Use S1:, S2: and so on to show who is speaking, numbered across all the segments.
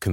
S1: Can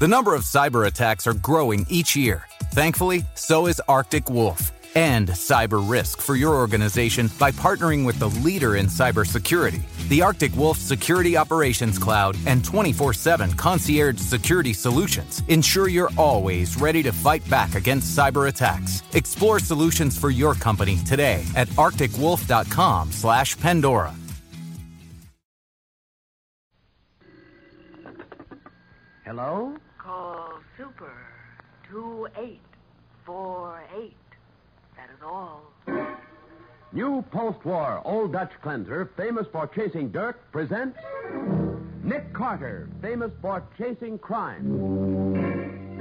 S2: The number of cyber attacks are growing each year. Thankfully, so is Arctic Wolf. End cyber risk for your organization by partnering with the leader in cybersecurity, the Arctic Wolf Security Operations Cloud and 24 7 concierge security solutions ensure you're always ready to fight back against cyber attacks. Explore solutions for your company today at arcticwolf.com slash Pandora.
S3: Hello?
S4: Call Super 2848. That is all.
S3: New post war Old Dutch cleanser, famous for chasing dirt, presents Nick Carter, famous for chasing crime.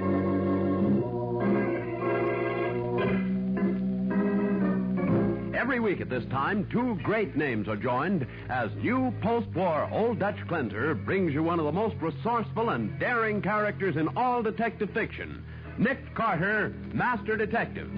S3: Every week at this time, two great names are joined as new post war Old Dutch cleanser brings you one of the most resourceful and daring characters in all detective fiction Nick Carter, Master Detective.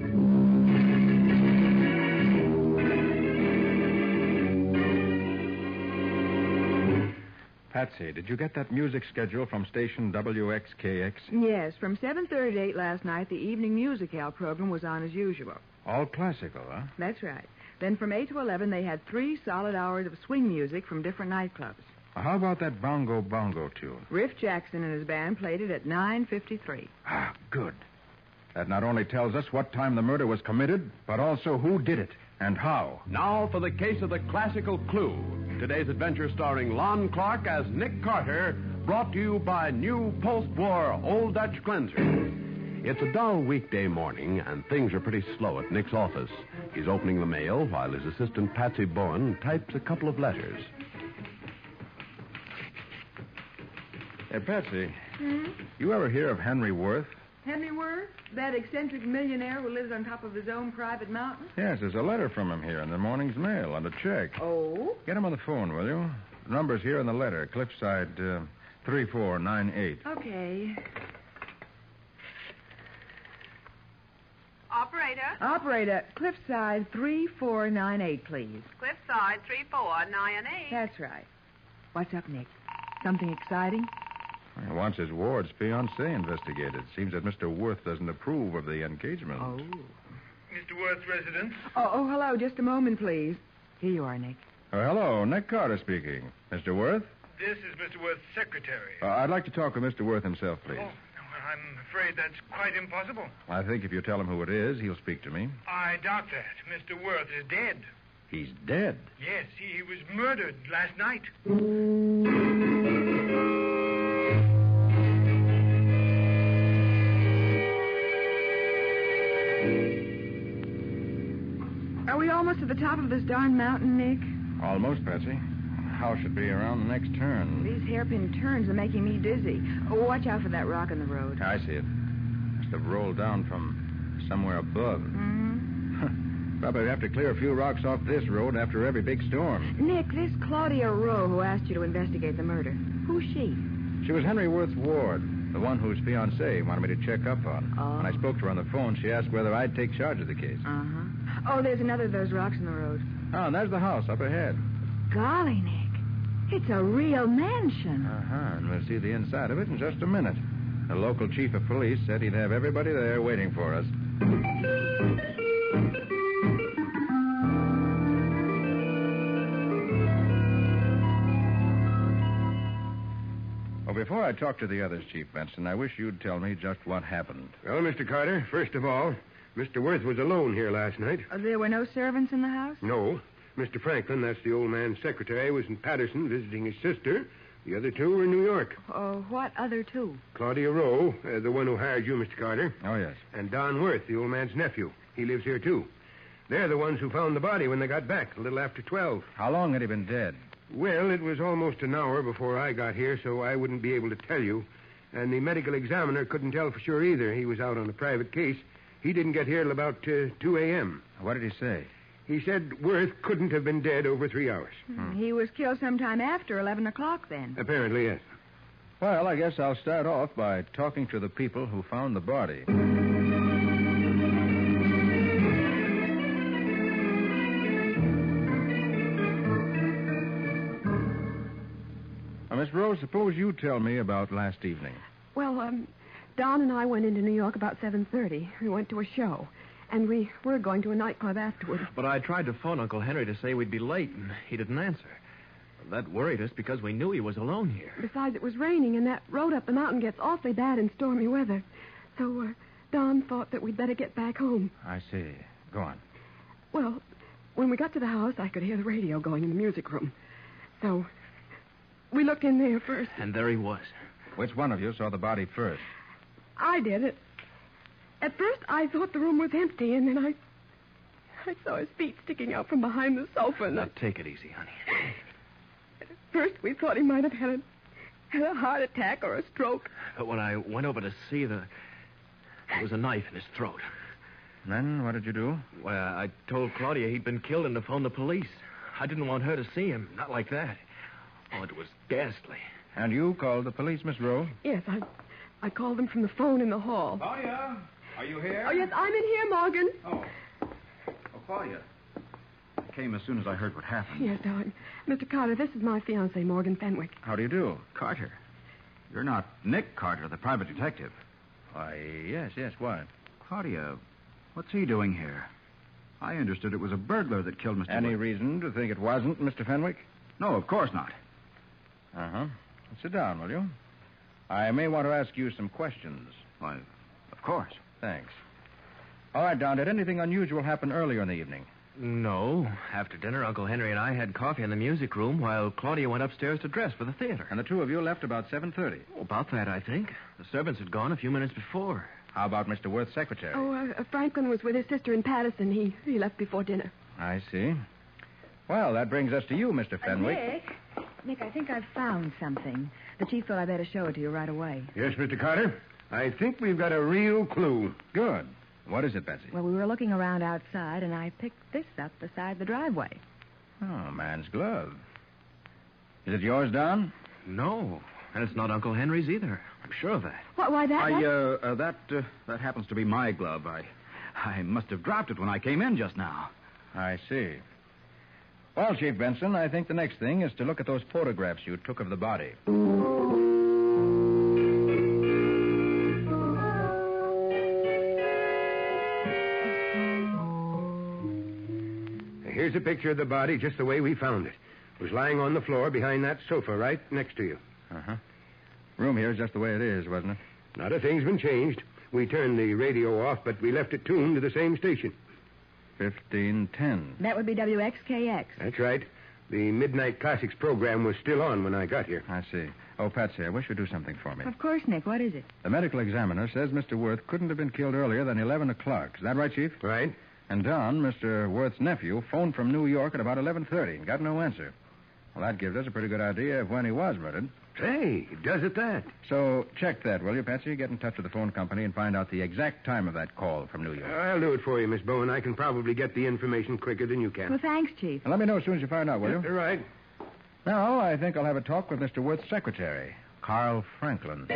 S5: Patsy, did you get that music schedule from station WXKX?
S6: Yes, from 7.30 to 8 last night, the evening music hall program was on as usual.
S5: All classical, huh?
S6: That's right. Then from 8 to 11, they had three solid hours of swing music from different nightclubs.
S5: How about that bongo bongo tune?
S6: Riff Jackson and his band played it at 9.53.
S5: Ah, good. That not only tells us what time the murder was committed, but also who did it and how.
S3: Now for the case of the classical clue. Today's adventure starring Lon Clark as Nick Carter, brought to you by new post war Old Dutch cleanser. It's a dull weekday morning, and things are pretty slow at Nick's office. He's opening the mail while his assistant Patsy Bowen types a couple of letters.
S5: Hey, Patsy. You ever hear of Henry Worth?
S6: Henry Worth, that eccentric millionaire who lives on top of his own private mountain?
S5: Yes, there's a letter from him here in the morning's mail and a check.
S6: Oh?
S5: Get him on the phone, will you? The number's here in the letter, Cliffside uh, 3498.
S6: Okay.
S7: Operator,
S6: Operator, Cliffside 3498, please.
S7: cliffside 3498.
S6: That's right. What's up, Nick? Something exciting?
S5: He wants his ward's fiancée investigated. Seems that Mr. Worth doesn't approve of the engagement.
S6: Oh.
S8: Mr. Worth's residence?
S6: Oh, oh, hello. Just a moment, please. Here you are, Nick.
S5: Oh, hello, Nick Carter speaking. Mr. Worth?
S8: This is Mr. Worth's secretary.
S5: Uh, I'd like to talk with Mr. Worth himself,
S8: Oh,
S5: please.
S8: well, I'm afraid that's quite impossible.
S5: I think if you tell him who it is, he'll speak to me.
S8: I doubt that. Mr. Worth is dead.
S5: He's dead.
S8: Yes, he, he was murdered last night.
S6: Are we almost at the top of this darn mountain, Nick?
S5: Almost, Patsy. House should be around the next turn.
S6: These hairpin turns are making me dizzy. Oh, watch out for that rock in the road.
S5: I see it. Must have rolled down from somewhere above.
S6: Mhm.
S5: Probably have to clear a few rocks off this road after every big storm.
S6: Nick, this Claudia Rowe who asked you to investigate the murder, who's she?
S5: She was Henry Worth's ward, the one whose fiancée wanted me to check up on.
S6: Oh.
S5: When I spoke to her on the phone, she asked whether I'd take charge of the case.
S6: Uh-huh. Oh, there's another of those rocks in the road.
S5: Oh, and there's the house up ahead.
S6: Golly, Nick. It's a real mansion.
S5: Uh-huh, and we'll see the inside of it in just a minute. The local chief of police said he'd have everybody there waiting for us. Well, before I talk to the others, Chief Benson, I wish you'd tell me just what happened.
S9: Well, Mr. Carter, first of all, Mr. Worth was alone here last night.
S6: Uh, there were no servants in the house?
S9: No. Mr. Franklin, that's the old man's secretary, was in Patterson visiting his sister. The other two were in New York.
S6: Oh, what other two?
S9: Claudia Rowe, uh, the one who hired you, Mr. Carter,
S5: Oh, yes.
S9: and Don Worth, the old man's nephew. He lives here, too. They're the ones who found the body when they got back, a little after 12.
S5: How long had he been dead?
S9: Well, it was almost an hour before I got here, so I wouldn't be able to tell you. And the medical examiner couldn't tell for sure either. He was out on a private case. He didn't get here till about uh, 2 a.m.
S5: What did he say?
S9: He said Worth couldn't have been dead over three hours.
S10: Hmm. He was killed sometime after 11 o'clock then.
S9: Apparently, yes.
S5: Well, I guess I'll start off by talking to the people who found the body. Now, Miss Rose, suppose you tell me about last evening.
S11: Well, um, Don and I went into New York about 7.30. We went to a show, and we were going to a nightclub afterward.
S12: But I tried to phone Uncle Henry to say we'd be late, and he didn't answer. That worried us because we knew he was alone here.
S11: Besides, it was raining, and that road up the mountain gets awfully bad in stormy weather. So, uh, Don thought that we'd better get back home.
S5: I see. Go on.
S11: Well, when we got to the house, I could hear the radio going in the music room. So, we looked in there first.
S12: And there he was.
S5: Which one of you saw the body first?
S11: I did it. At first, I thought the room was empty, and then I. I saw his feet sticking out from behind the sofa. And
S12: Now,
S11: I-
S12: take it easy, honey.
S11: At first, we thought he might have had a, had a heart attack or a stroke.
S12: But when I went over to see the. There was a knife in his throat.
S5: Then what did you do?
S12: Well, I told Claudia he'd been killed and to phone the police. I didn't want her to see him. Not like that. Oh, it was ghastly.
S5: And you called the police, Miss Rose?
S11: Yes, I, I called them from the phone in the hall.
S5: Claudia, are you here?
S11: Oh, yes, I'm in here, Morgan.
S5: Oh. Oh, Claudia. I came as soon as I heard what happened.
S11: Yes, darling. Mr. Carter, this is my fiancé, Morgan Fenwick.
S5: How do you do? Carter. You're not Nick Carter, the private detective. Why, yes, yes, what? Claudia, what's he doing here? I understood it was a burglar that killed Mr. Any reason to think it wasn't, Mr. Fenwick? No, of course not. Uh huh. Sit down, will you? I may want to ask you some questions. Why, of course. Thanks. All right, Don, did anything unusual happen earlier in the evening?
S12: No. After dinner, Uncle Henry and I had coffee in the music room while Claudia went upstairs to dress for the theater.
S5: And the two of you left about 7.30.
S12: Oh, about that, I think. The servants had gone a few minutes before.
S5: How about Mr. Worth's secretary?
S11: Oh, uh, uh, Franklin was with his sister in Patterson. He, he left before dinner.
S5: I see. Well, that brings us to you, Mr. Fenwick.
S6: Nick, Nick, I think I've found something. The chief thought I better show it to you right away.
S9: Yes, Mr. Carter? I think we've got a real clue.
S5: Good. What is it, Betsy?
S6: Well, we were looking around outside, and I picked this up beside the driveway.
S5: Oh, man's glove. Is it yours, Don?
S12: No. And it's not Uncle Henry's either. I'm sure of that.
S6: What, why, that...
S13: I, uh, uh, that, uh, that happens to be my glove. I, I must have dropped it when I came in just now.
S5: I see. Well, Chief Benson, I think the next thing is to look at those photographs you took of the body.
S9: Here's a picture of the body just the way we found it. It was lying on the floor behind that sofa right next to you.
S5: Uh huh. Room here is just the way it is, wasn't it?
S9: Not a thing's been changed. We turned the radio off, but we left it tuned to the same station.
S5: 1510.
S6: That would be WXKX.
S9: That's right. The Midnight Classics program was still on when I got here.
S5: I see. Oh, Patsy, I wish you'd do something for me.
S6: Of course, Nick. What is it?
S5: The medical examiner says Mr. Worth couldn't have been killed earlier than 11 o'clock. Is that right, Chief?
S9: Right.
S5: And Don, Mr. Worth's nephew, phoned from New York at about 11.30 and got no answer. Well, that gives us a pretty good idea of when he was murdered.
S9: Say, it does it that.
S5: So check that, will you, Patsy? Get in touch with the phone company and find out the exact time of that call from New York.
S9: I'll do it for you, Miss Bowen. I can probably get the information quicker than you can.
S6: Well, thanks, Chief.
S5: And let me know as soon as you find out, will you?
S9: You're right.
S5: Now, I think I'll have a talk with Mr. Worth's secretary, Carl Franklin.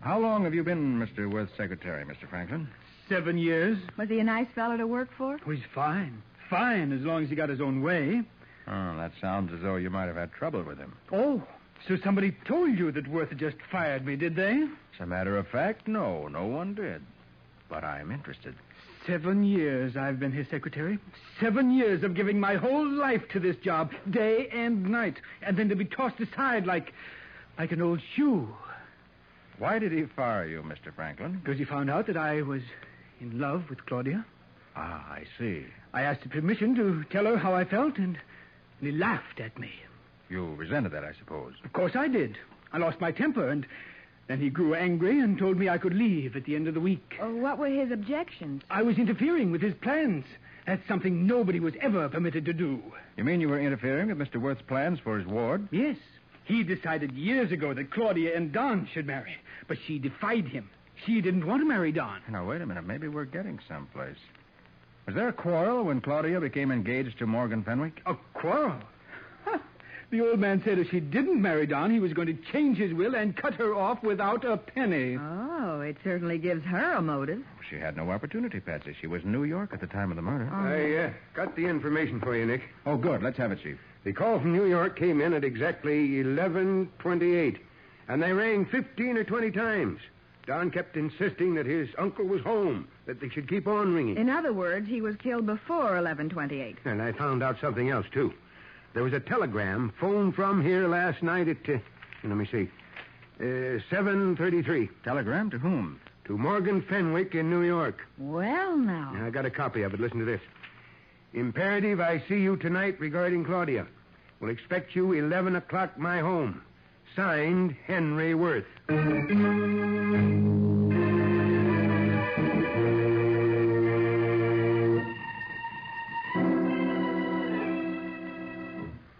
S5: How long have you been Mr. Worth's secretary, Mr. Franklin?
S8: Seven years.
S6: Was he a nice fellow to work for?
S8: Oh, he's fine. Fine, as long as he got his own way.
S5: Oh, that sounds as though you might have had trouble with him.
S8: Oh, so somebody told you that Worth had just fired me, did they?
S5: As a matter of fact, no, no one did. But I'm interested.
S8: Seven years I've been his secretary. Seven years of giving my whole life to this job, day and night, and then to be tossed aside like, like an old shoe,
S5: Why did he fire you, Mr. Franklin?
S8: because he found out that I was in love with Claudia.
S5: Ah, I see.
S8: I asked her permission to tell her how I felt, and he laughed at me.
S5: You resented that, I suppose.
S8: Of course I did. I lost my temper, and then he grew angry and told me I could leave at the end of the week.
S6: Oh, what were his objections?
S8: I was interfering with his plans.
S14: That's something nobody was ever permitted to do.
S5: You mean you were interfering with Mr. Worth's plans for his ward?
S14: Yes. He decided years ago that Claudia and Don should marry, but she defied him. She didn't want to marry Don.
S5: Now, wait a minute. Maybe we're getting someplace. Was there a quarrel when Claudia became engaged to Morgan Fenwick?
S14: A quarrel? The old man said if she didn't marry Don, he was going to change his will and cut her off without a penny.
S11: Oh, it certainly gives her a motive.
S5: Oh, She had no opportunity, Patsy. She was in New York at the time of the murder.
S9: I uh, got the information for you, Nick.
S5: Oh, good. Let's have it, Chief.
S9: The call from New York came in at exactly 11:28, and they rang 15 or 20 times. Don kept insisting that his uncle was home, that they should keep on ringing.
S11: In other words, he was killed before 1128.
S9: And I found out something else, too. There was a telegram phoned from here last night at, uh, let me see, uh, 7.33.
S5: Telegram to whom?
S9: To Morgan Fenwick in New York.
S11: Well, now.
S9: I got a copy of it. Listen to this. Imperative, I see you tonight regarding Claudia. Will expect you 11 o'clock my home. Signed, Henry Worth.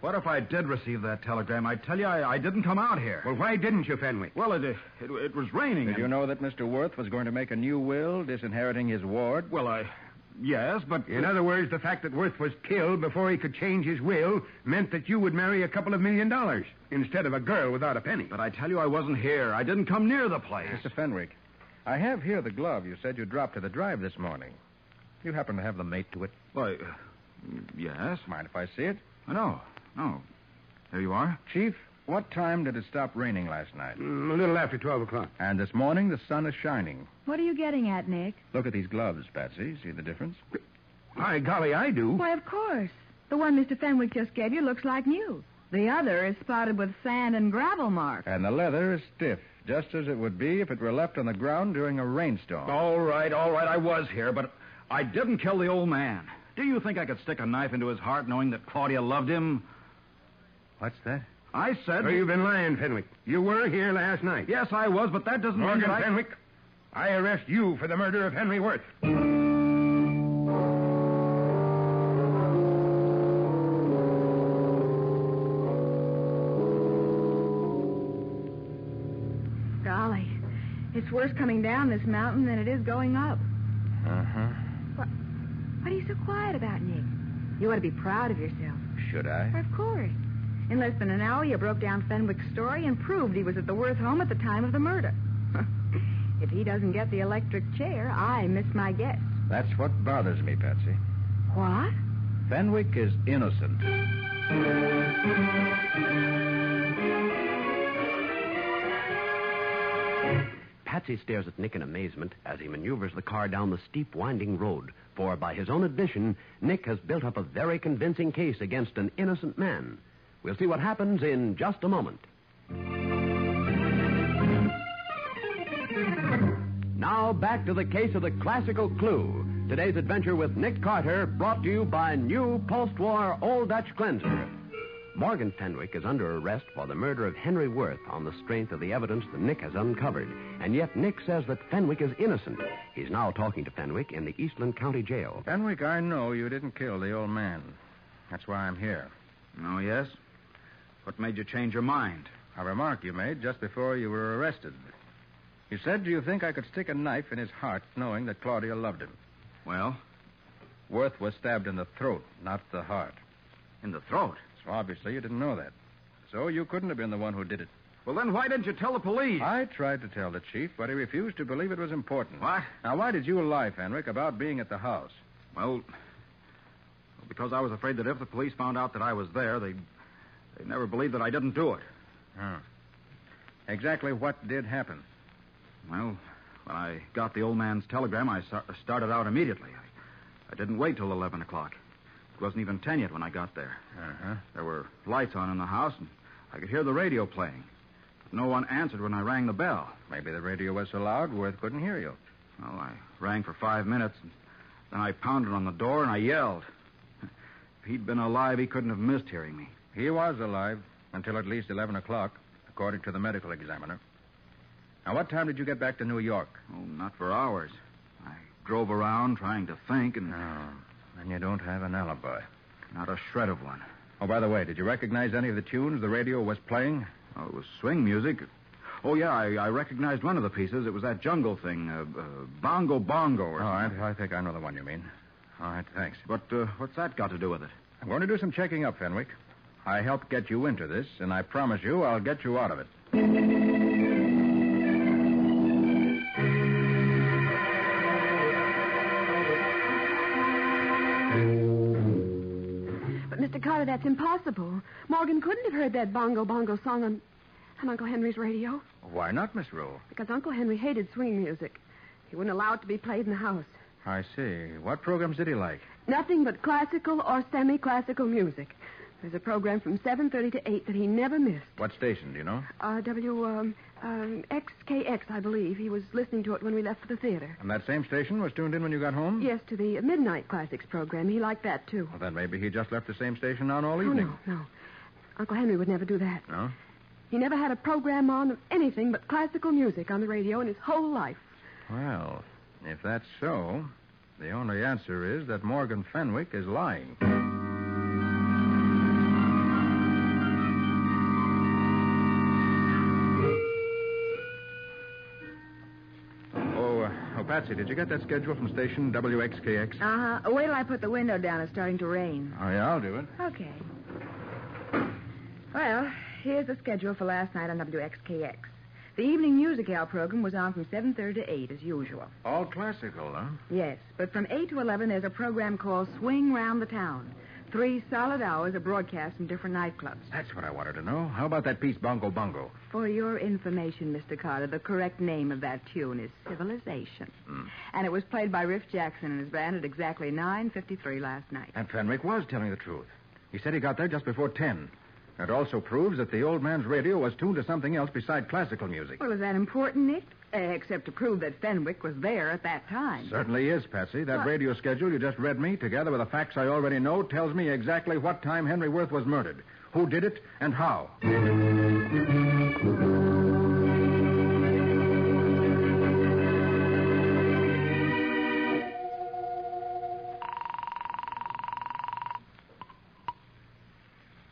S5: What if I did receive that telegram? I tell you, I, I didn't come out here.
S9: Well, why didn't you, Fenwick?
S5: Well, it, it, it was raining.
S6: Did
S5: and-
S6: you know that Mr. Worth was going to make a new will disinheriting his ward?
S5: Well, I. Yes, but.
S9: In other words, the fact that Worth was killed before he could change his will meant that you would marry a couple of million dollars instead of a girl without a penny.
S5: But I tell you, I wasn't here. I didn't come near the place.
S6: Mr. Fenwick, I have here the glove you said you dropped to the drive this morning. You happen to have the mate to it?
S5: Why, uh, yes.
S6: Mind if I see it?
S5: No, no. There you are.
S6: Chief, what time did it stop raining last night?
S9: Mm, a little after 12 o'clock.
S6: And this morning the sun is shining.
S11: What are you getting at, Nick?
S6: Look at these gloves, Patsy. See the difference?
S9: By golly, I do.
S11: Why, of course. The one Mr. Fenwick just gave you looks like new. The other is spotted with sand and gravel marks.
S6: And the leather is stiff, just as it would be if it were left on the ground during a rainstorm.
S5: All right, all right. I was here, but I didn't kill the old man. Do you think I could stick a knife into his heart knowing that Claudia loved him?
S6: What's that?
S5: I said.
S9: Oh, you've been lying, Fenwick. You were here last night.
S5: Yes, I was, but that doesn't
S9: Morgan
S5: mean that I...
S9: Fenwick, I arrest you for the murder of Henry Worth.
S11: Golly, it's worse coming down this mountain than it is going up.
S6: Uh huh.
S11: What, what are you so quiet about, Nick? You ought to be proud of yourself.
S6: Should I?
S11: Of course. In less than an hour, you broke down Fenwick's story and proved he was at the Worth home at the time of the murder. if he doesn't get the electric chair, I miss my guess.
S6: That's what bothers me, Patsy.
S11: What?
S6: Fenwick is innocent.
S15: Patsy stares at Nick in amazement as he maneuvers the car down the steep, winding road. For, by his own admission, Nick has built up a very convincing case against an innocent man. We'll see what happens in just a moment. Now, back to the case of the classical clue. Today's adventure with Nick Carter, brought to you by new post war Old Dutch cleanser. Morgan Fenwick is under arrest for the murder of Henry Worth on the strength of the evidence that Nick has uncovered. And yet Nick says that Fenwick is innocent. He's now talking to Fenwick in the Eastland County Jail.
S6: Fenwick, I know you didn't kill the old man. That's why I'm here.
S5: Oh, yes? What made you change your mind?
S6: A remark you made just before you were arrested. You said, Do you think I could stick a knife in his heart knowing that Claudia loved him?
S5: Well,
S6: Worth was stabbed in the throat, not the heart.
S5: in the throat.
S6: So obviously you didn't know that. So you couldn't have been the one who did it.
S5: Well, then why didn't you tell the police?
S6: I tried to tell the chief, but he refused to believe it was important.
S5: What?
S6: Now, why did you lie, Fenwick, about being at the house?
S5: Well, because I was afraid that if the police found out that I was there, they'd, they'd never believe that I didn't do it.
S6: Hmm. Exactly what did happen?
S5: Well, when I got the old man's telegram, I sta- started out immediately. I, I didn't wait till 11 o'clock. It wasn't even 10 yet when I got there.
S6: Uh-huh.
S5: There were lights on in the house, and I could hear the radio playing. But no one answered when I rang the bell.
S6: Maybe the radio was so loud, Worth couldn't hear you.
S5: Well, I rang for five minutes, and then I pounded on the door and I yelled. If he'd been alive, he couldn't have missed hearing me.
S6: He was alive until at least 11 o'clock, according to the medical examiner. Now, what time did you get back to New York?
S5: Oh, not for hours. I drove around trying to think, and
S6: Oh,
S5: Then you don't have an alibi. Not a shred of one. Oh, by the way, did you recognize any of the tunes the radio was playing?
S16: Oh, it was swing music. Oh, yeah, I, I recognized one of the pieces. It was that jungle thing, uh, uh, Bongo Bongo. Or
S5: All right, I think I know the one you mean. All right, thanks.
S16: But uh, what's that got to do with it?
S5: I'm going to do some checking up, Fenwick. I helped get you into this, and I promise you I'll get you out of it.
S11: But, Mr. Carter, that's impossible. Morgan couldn't have heard that bongo bongo song on, on Uncle Henry's radio
S5: Why not, Miss Rule?
S11: because Uncle Henry hated swing music. He wouldn't allow it to be played in the house.
S5: I see. What programs did he like?
S11: Nothing but classical or semi-classical music. There's a program from 7.30 to 8 that he never missed.
S5: What station, do you know?
S11: Uh, W, um, um, XKX, I believe. He was listening to it when we left for the theater.
S5: And that same station was tuned in when you got home?
S11: Yes, to the Midnight Classics program. He liked that, too.
S5: Well, then maybe he just left the same station on all
S11: Oh,
S5: evening.
S11: no, no. Uncle Henry would never do that.
S5: no.
S11: He never had a program on of anything but classical music on the radio in his whole life.
S5: Well, if that's so, the only answer is that Morgan Fenwick is lying. Oh, uh, oh, Patsy, did you get that schedule from station WXKX?
S6: Uh huh. Wait till I put the window down. It's starting to rain.
S5: Oh, yeah, I'll do it.
S6: Okay. Well, here's the schedule for last night on WXKX. The evening music hour program was on from 7.30 to 8, as usual.
S5: All classical, huh?
S6: Yes, but from 8 to 11, there's a program called Swing Round the Town. Three solid hours of broadcasts from different nightclubs.
S5: That's what I wanted to know. How about that piece, Bongo Bongo?
S6: For your information, Mr. Carter, the correct name of that tune is Civilization. And it was played by Riff Jackson and his band at exactly 9.53 last night.
S5: And Fenwick was telling the truth. He said he got there just before 10. It also proves that the old man's radio was tuned to something else beside classical music.
S6: Well, is that important, Nick? Uh, except to prove that Fenwick was there at that time.
S5: Certainly is, Patsy. That
S6: What?
S5: radio schedule you just read me, together with the facts I already know, tells me exactly what time Henry Worth was murdered, who did it, and how.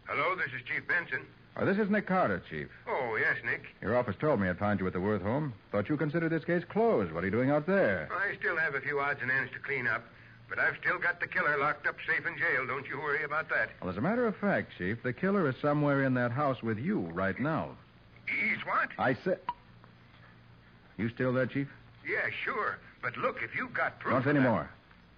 S8: Hello, this is Chief Benson.
S5: Uh, this is Nick Carter, Chief.
S8: Oh, yes, Nick.
S5: Your office told me I'd find you at the Worth home. Thought you considered this case closed. What are you doing out there?
S8: I still have a few odds and ends to clean up, but I've still got the killer locked up safe in jail. Don't you worry about that.
S5: Well, as a matter of fact, Chief, the killer is somewhere in that house with you right now.
S8: He's what?
S5: I said. You still there, Chief?
S8: Yeah, sure. But look, if you've got proof.
S5: Don't say any
S8: of that-
S5: more.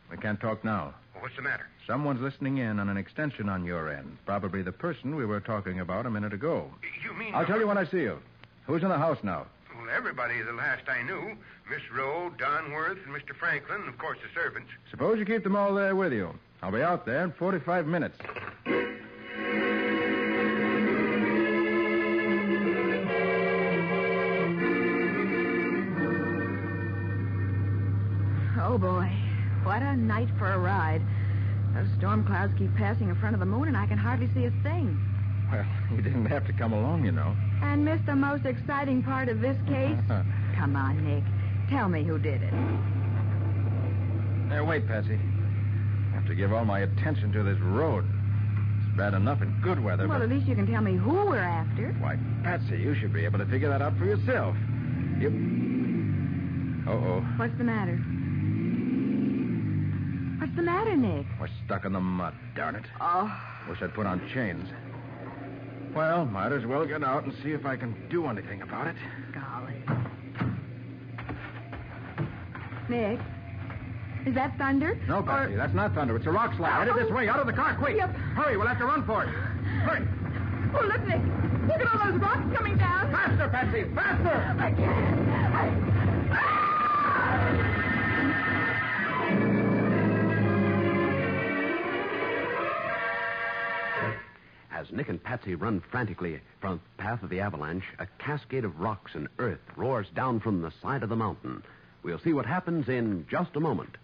S5: We can't talk now.
S8: What's the matter?
S5: Someone's listening in on an extension on your end. Probably the person we were talking about a minute ago.
S8: You mean.
S5: I'll tell you when I see you. Who's in the house now?
S8: Well, everybody the last I knew. Miss Rowe, Don Worth, and Mr. Franklin, and of course the servants.
S5: Suppose you keep them all there with you. I'll be out there in 45 minutes.
S6: Oh, boy. What a night for a ride. Those storm clouds keep passing in front of the moon, and I can hardly see a thing.
S5: Well, you didn't have to come along, you know.
S6: And missed the most exciting part of this case? Come on, Nick. Tell me who did it.
S5: There, wait, Patsy. I have to give all my attention to this road. It's bad enough in good weather,
S6: Well,
S5: but...
S6: at least you can tell me who we're after.
S5: Why, Patsy, you should be able to figure that out for yourself. You... Uh-oh.
S6: What's the matter? What's the matter, Nick?
S5: We're stuck in the mud, darn it.
S6: Oh,
S5: Wish I'd put on chains. Well, might as well get out and see if I can do anything about it.
S6: golly. Nick, is that thunder?
S5: No, Patsy, that's not thunder. It's a rock slide. Headed this way, out of the car, quick.
S6: Yep.
S5: Hurry, we'll have to run for it. Hurry.
S6: Oh, look, Nick. Look at all those rocks coming down.
S5: Faster, Patsy, faster.
S6: I can't.
S9: As Nick and Patsy run frantically from the path of the avalanche, a cascade of rocks and earth roars down from the side of the mountain. We'll see what happens in just a moment.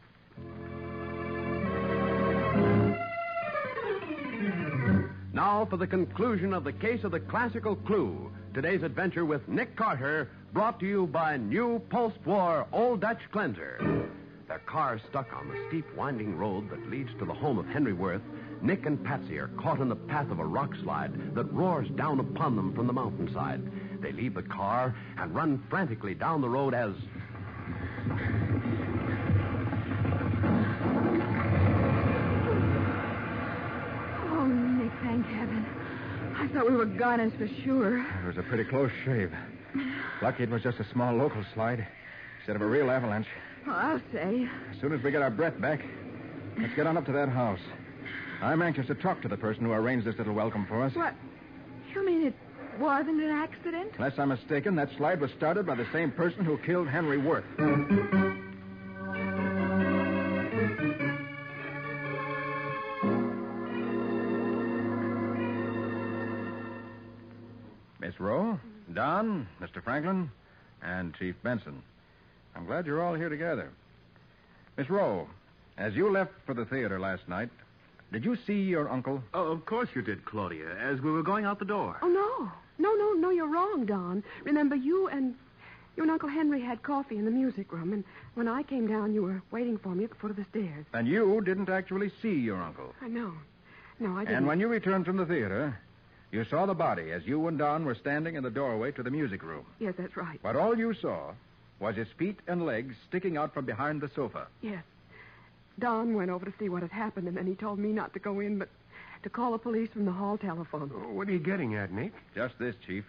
S9: Now for the conclusion of the case of the classical clue. Today's adventure with Nick Carter, brought to you by New Pulse War Old Dutch Cleanser.
S17: Their car stuck on the steep, winding road that leads to the home of Henry Worth, Nick and Patsy are caught in the path of a rock slide that roars down upon them from the mountainside. They leave the car and run frantically down the road as.
S11: Oh, Nick, thank heaven. I thought we were goners for sure.
S5: It was a pretty close shave. Lucky it was just a small local slide instead of a real avalanche.
S11: Well, I'll say.
S5: As soon as we get our breath back, let's get on up to that house. I'm anxious to talk to the person who arranged this little welcome for us.
S11: What? You mean it wasn't an accident?
S5: Unless I'm mistaken, that slide was started by the same person who killed Henry Worth. Miss Rowe, Don, Mr. Franklin, and Chief Benson. I'm glad you're all here together. Miss Rowe, as you left for the theater last night, did you see your uncle?
S18: Oh, of course you did, Claudia, as we were going out the door.
S11: Oh, no. No, no, no, you're wrong, Don. Remember, you and you and Uncle Henry had coffee in the music room, and when I came down, you were waiting for me at the foot of the stairs.
S5: And you didn't actually see your uncle.
S11: I know. No, I didn't.
S5: And when you returned from the theater, you saw the body as you and Don were standing in the doorway to the music room.
S11: Yes, that's right.
S5: But all you saw was his feet and legs sticking out from behind the sofa.
S11: Yes. Don went over to see what had happened, and then he told me not to go in, but to call the police from the hall telephone.
S5: What are you getting at, Nick? Just this, Chief.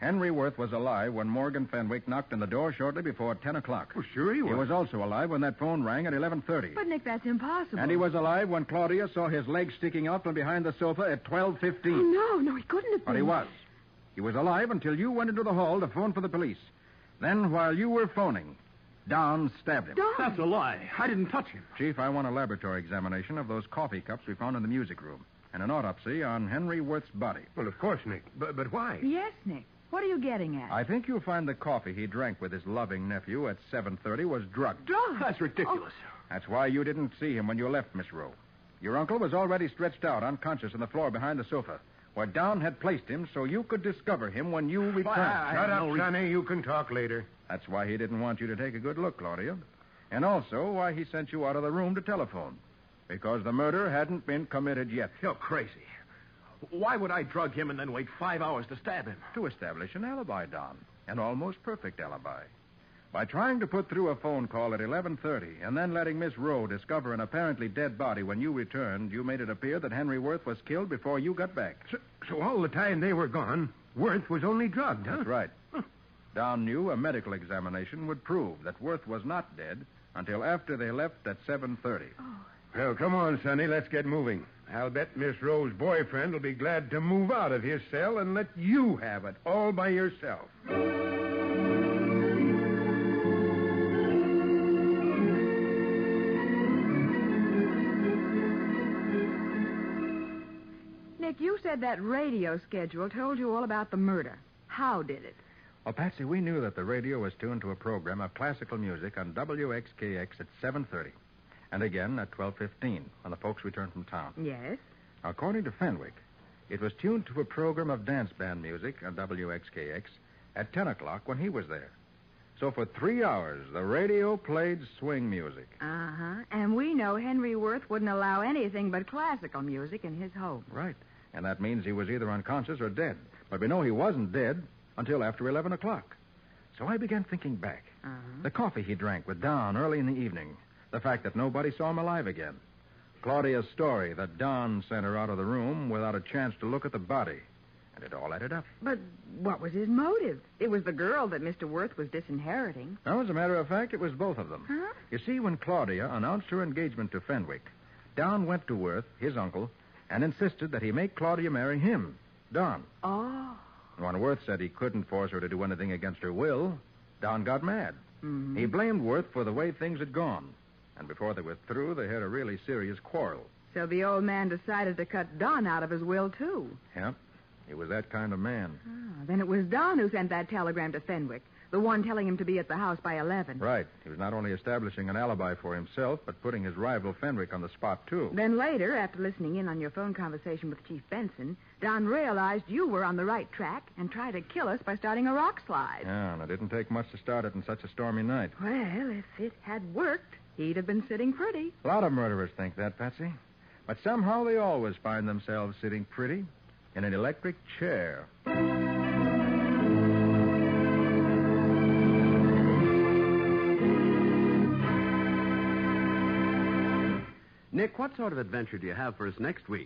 S5: Henry Worth was alive when Morgan Fenwick knocked on the door shortly before 10 o'clock. Well, Oh, sure he was. He was also alive when that phone rang at 11.30.
S11: But, Nick, that's impossible.
S5: And he was alive when Claudia saw his legs sticking out from behind the sofa at 12.15.
S11: Oh, no, no, he couldn't have been.
S5: But he was. He was alive until you went into the hall to phone for the police. Then, while you were phoning, Down stabbed him.
S11: Don!
S18: That's a lie. I didn't touch him.
S5: Chief, I want a laboratory examination of those coffee cups we found in the music room and an autopsy on Henry Worth's body.
S9: Well, of course, Nick. But, but why?
S19: Yes, Nick. What are you getting at?
S5: I think you'll find the coffee he drank with his loving nephew at 7.30 was drugged.
S11: Don!
S18: That's ridiculous.
S5: That's why you didn't see him when you left, Miss Rowe. Your uncle was already stretched out unconscious on the floor behind the sofa, where Down had placed him so you could discover him when you returned.
S9: Shut up, Sonny. You can talk later.
S5: That's why he didn't want you to take a good look, Claudia. And also why he sent you out of the room to telephone. Because the murder hadn't been committed yet.
S18: You're crazy. Why would I drug him and then wait five hours to stab him?
S5: To establish an alibi, Don. An almost perfect alibi. By trying to put through a phone call at 11.30 and then letting Miss Rowe discover an apparently dead body when you returned, you made it appear that Henry Worth was killed before you got back.
S9: So, so all the time they were gone, Worth was only drugged, huh?
S5: That's right. Down knew a medical examination would prove that Worth was not dead until after they left at 7.30.
S9: Well, come on, Sonny. Let's get moving. I'll bet Miss Rowe's boyfriend will be glad to move out of his cell and let you have it all by yourself.
S19: Nick, you said that radio schedule told you all about the murder. How did it?
S5: Well, Oh, Patsy, we knew that the radio was tuned to a program of classical music on WXKX at 7.30 and again at 12.15 when the folks returned from town.
S19: Yes.
S5: According to Fenwick, it was tuned to a program of dance band music on WXKX at 10 o'clock when he was there. So for three hours, the radio played swing music.
S19: Uh huh. And we know Henry Worth wouldn't allow anything but classical music in his home.
S5: Right. And that means he was either unconscious or dead. But we know he wasn't dead until after 11 o'clock. So I began thinking back. The coffee he drank with Don early in the evening. The fact that nobody saw him alive again. Claudia's story that Don sent her out of the room without a chance to look at the body. And it all added up.
S19: But what was his motive? It was the girl that Mr. Worth was disinheriting.
S5: Now, as a matter of fact, it was both of them.
S19: Huh?
S5: You see, when Claudia announced her engagement to Fenwick, Don went to Worth, his uncle, and insisted that he make Claudia marry him, Don.
S19: Oh.
S5: And when Worth said he couldn't force her to do anything against her will, Don got mad.
S19: Mm-hmm.
S5: He blamed Worth for the way things had gone. And before they were through, they had a really serious quarrel.
S19: So the old man decided to cut Don out of his will, too.
S5: Yep. He was that kind of man.
S19: Ah, then it was Don who sent that telegram to Fenwick, the one telling him to be at the house by 11.
S5: Right. He was not only establishing an alibi for himself, but putting his rival Fenwick on the spot, too.
S19: Then later, after listening in on your phone conversation with Chief Benson, Don realized you were on the right track and tried to kill us by starting a rock slide.
S5: Yeah, and it didn't take much to start it in such a stormy night.
S19: Well, if it had worked,
S11: He'd have been sitting pretty.
S5: A lot of murderers think that, Patsy. But somehow they always find themselves sitting pretty in an electric chair.
S9: Nick, what sort of adventure do you have for us next week?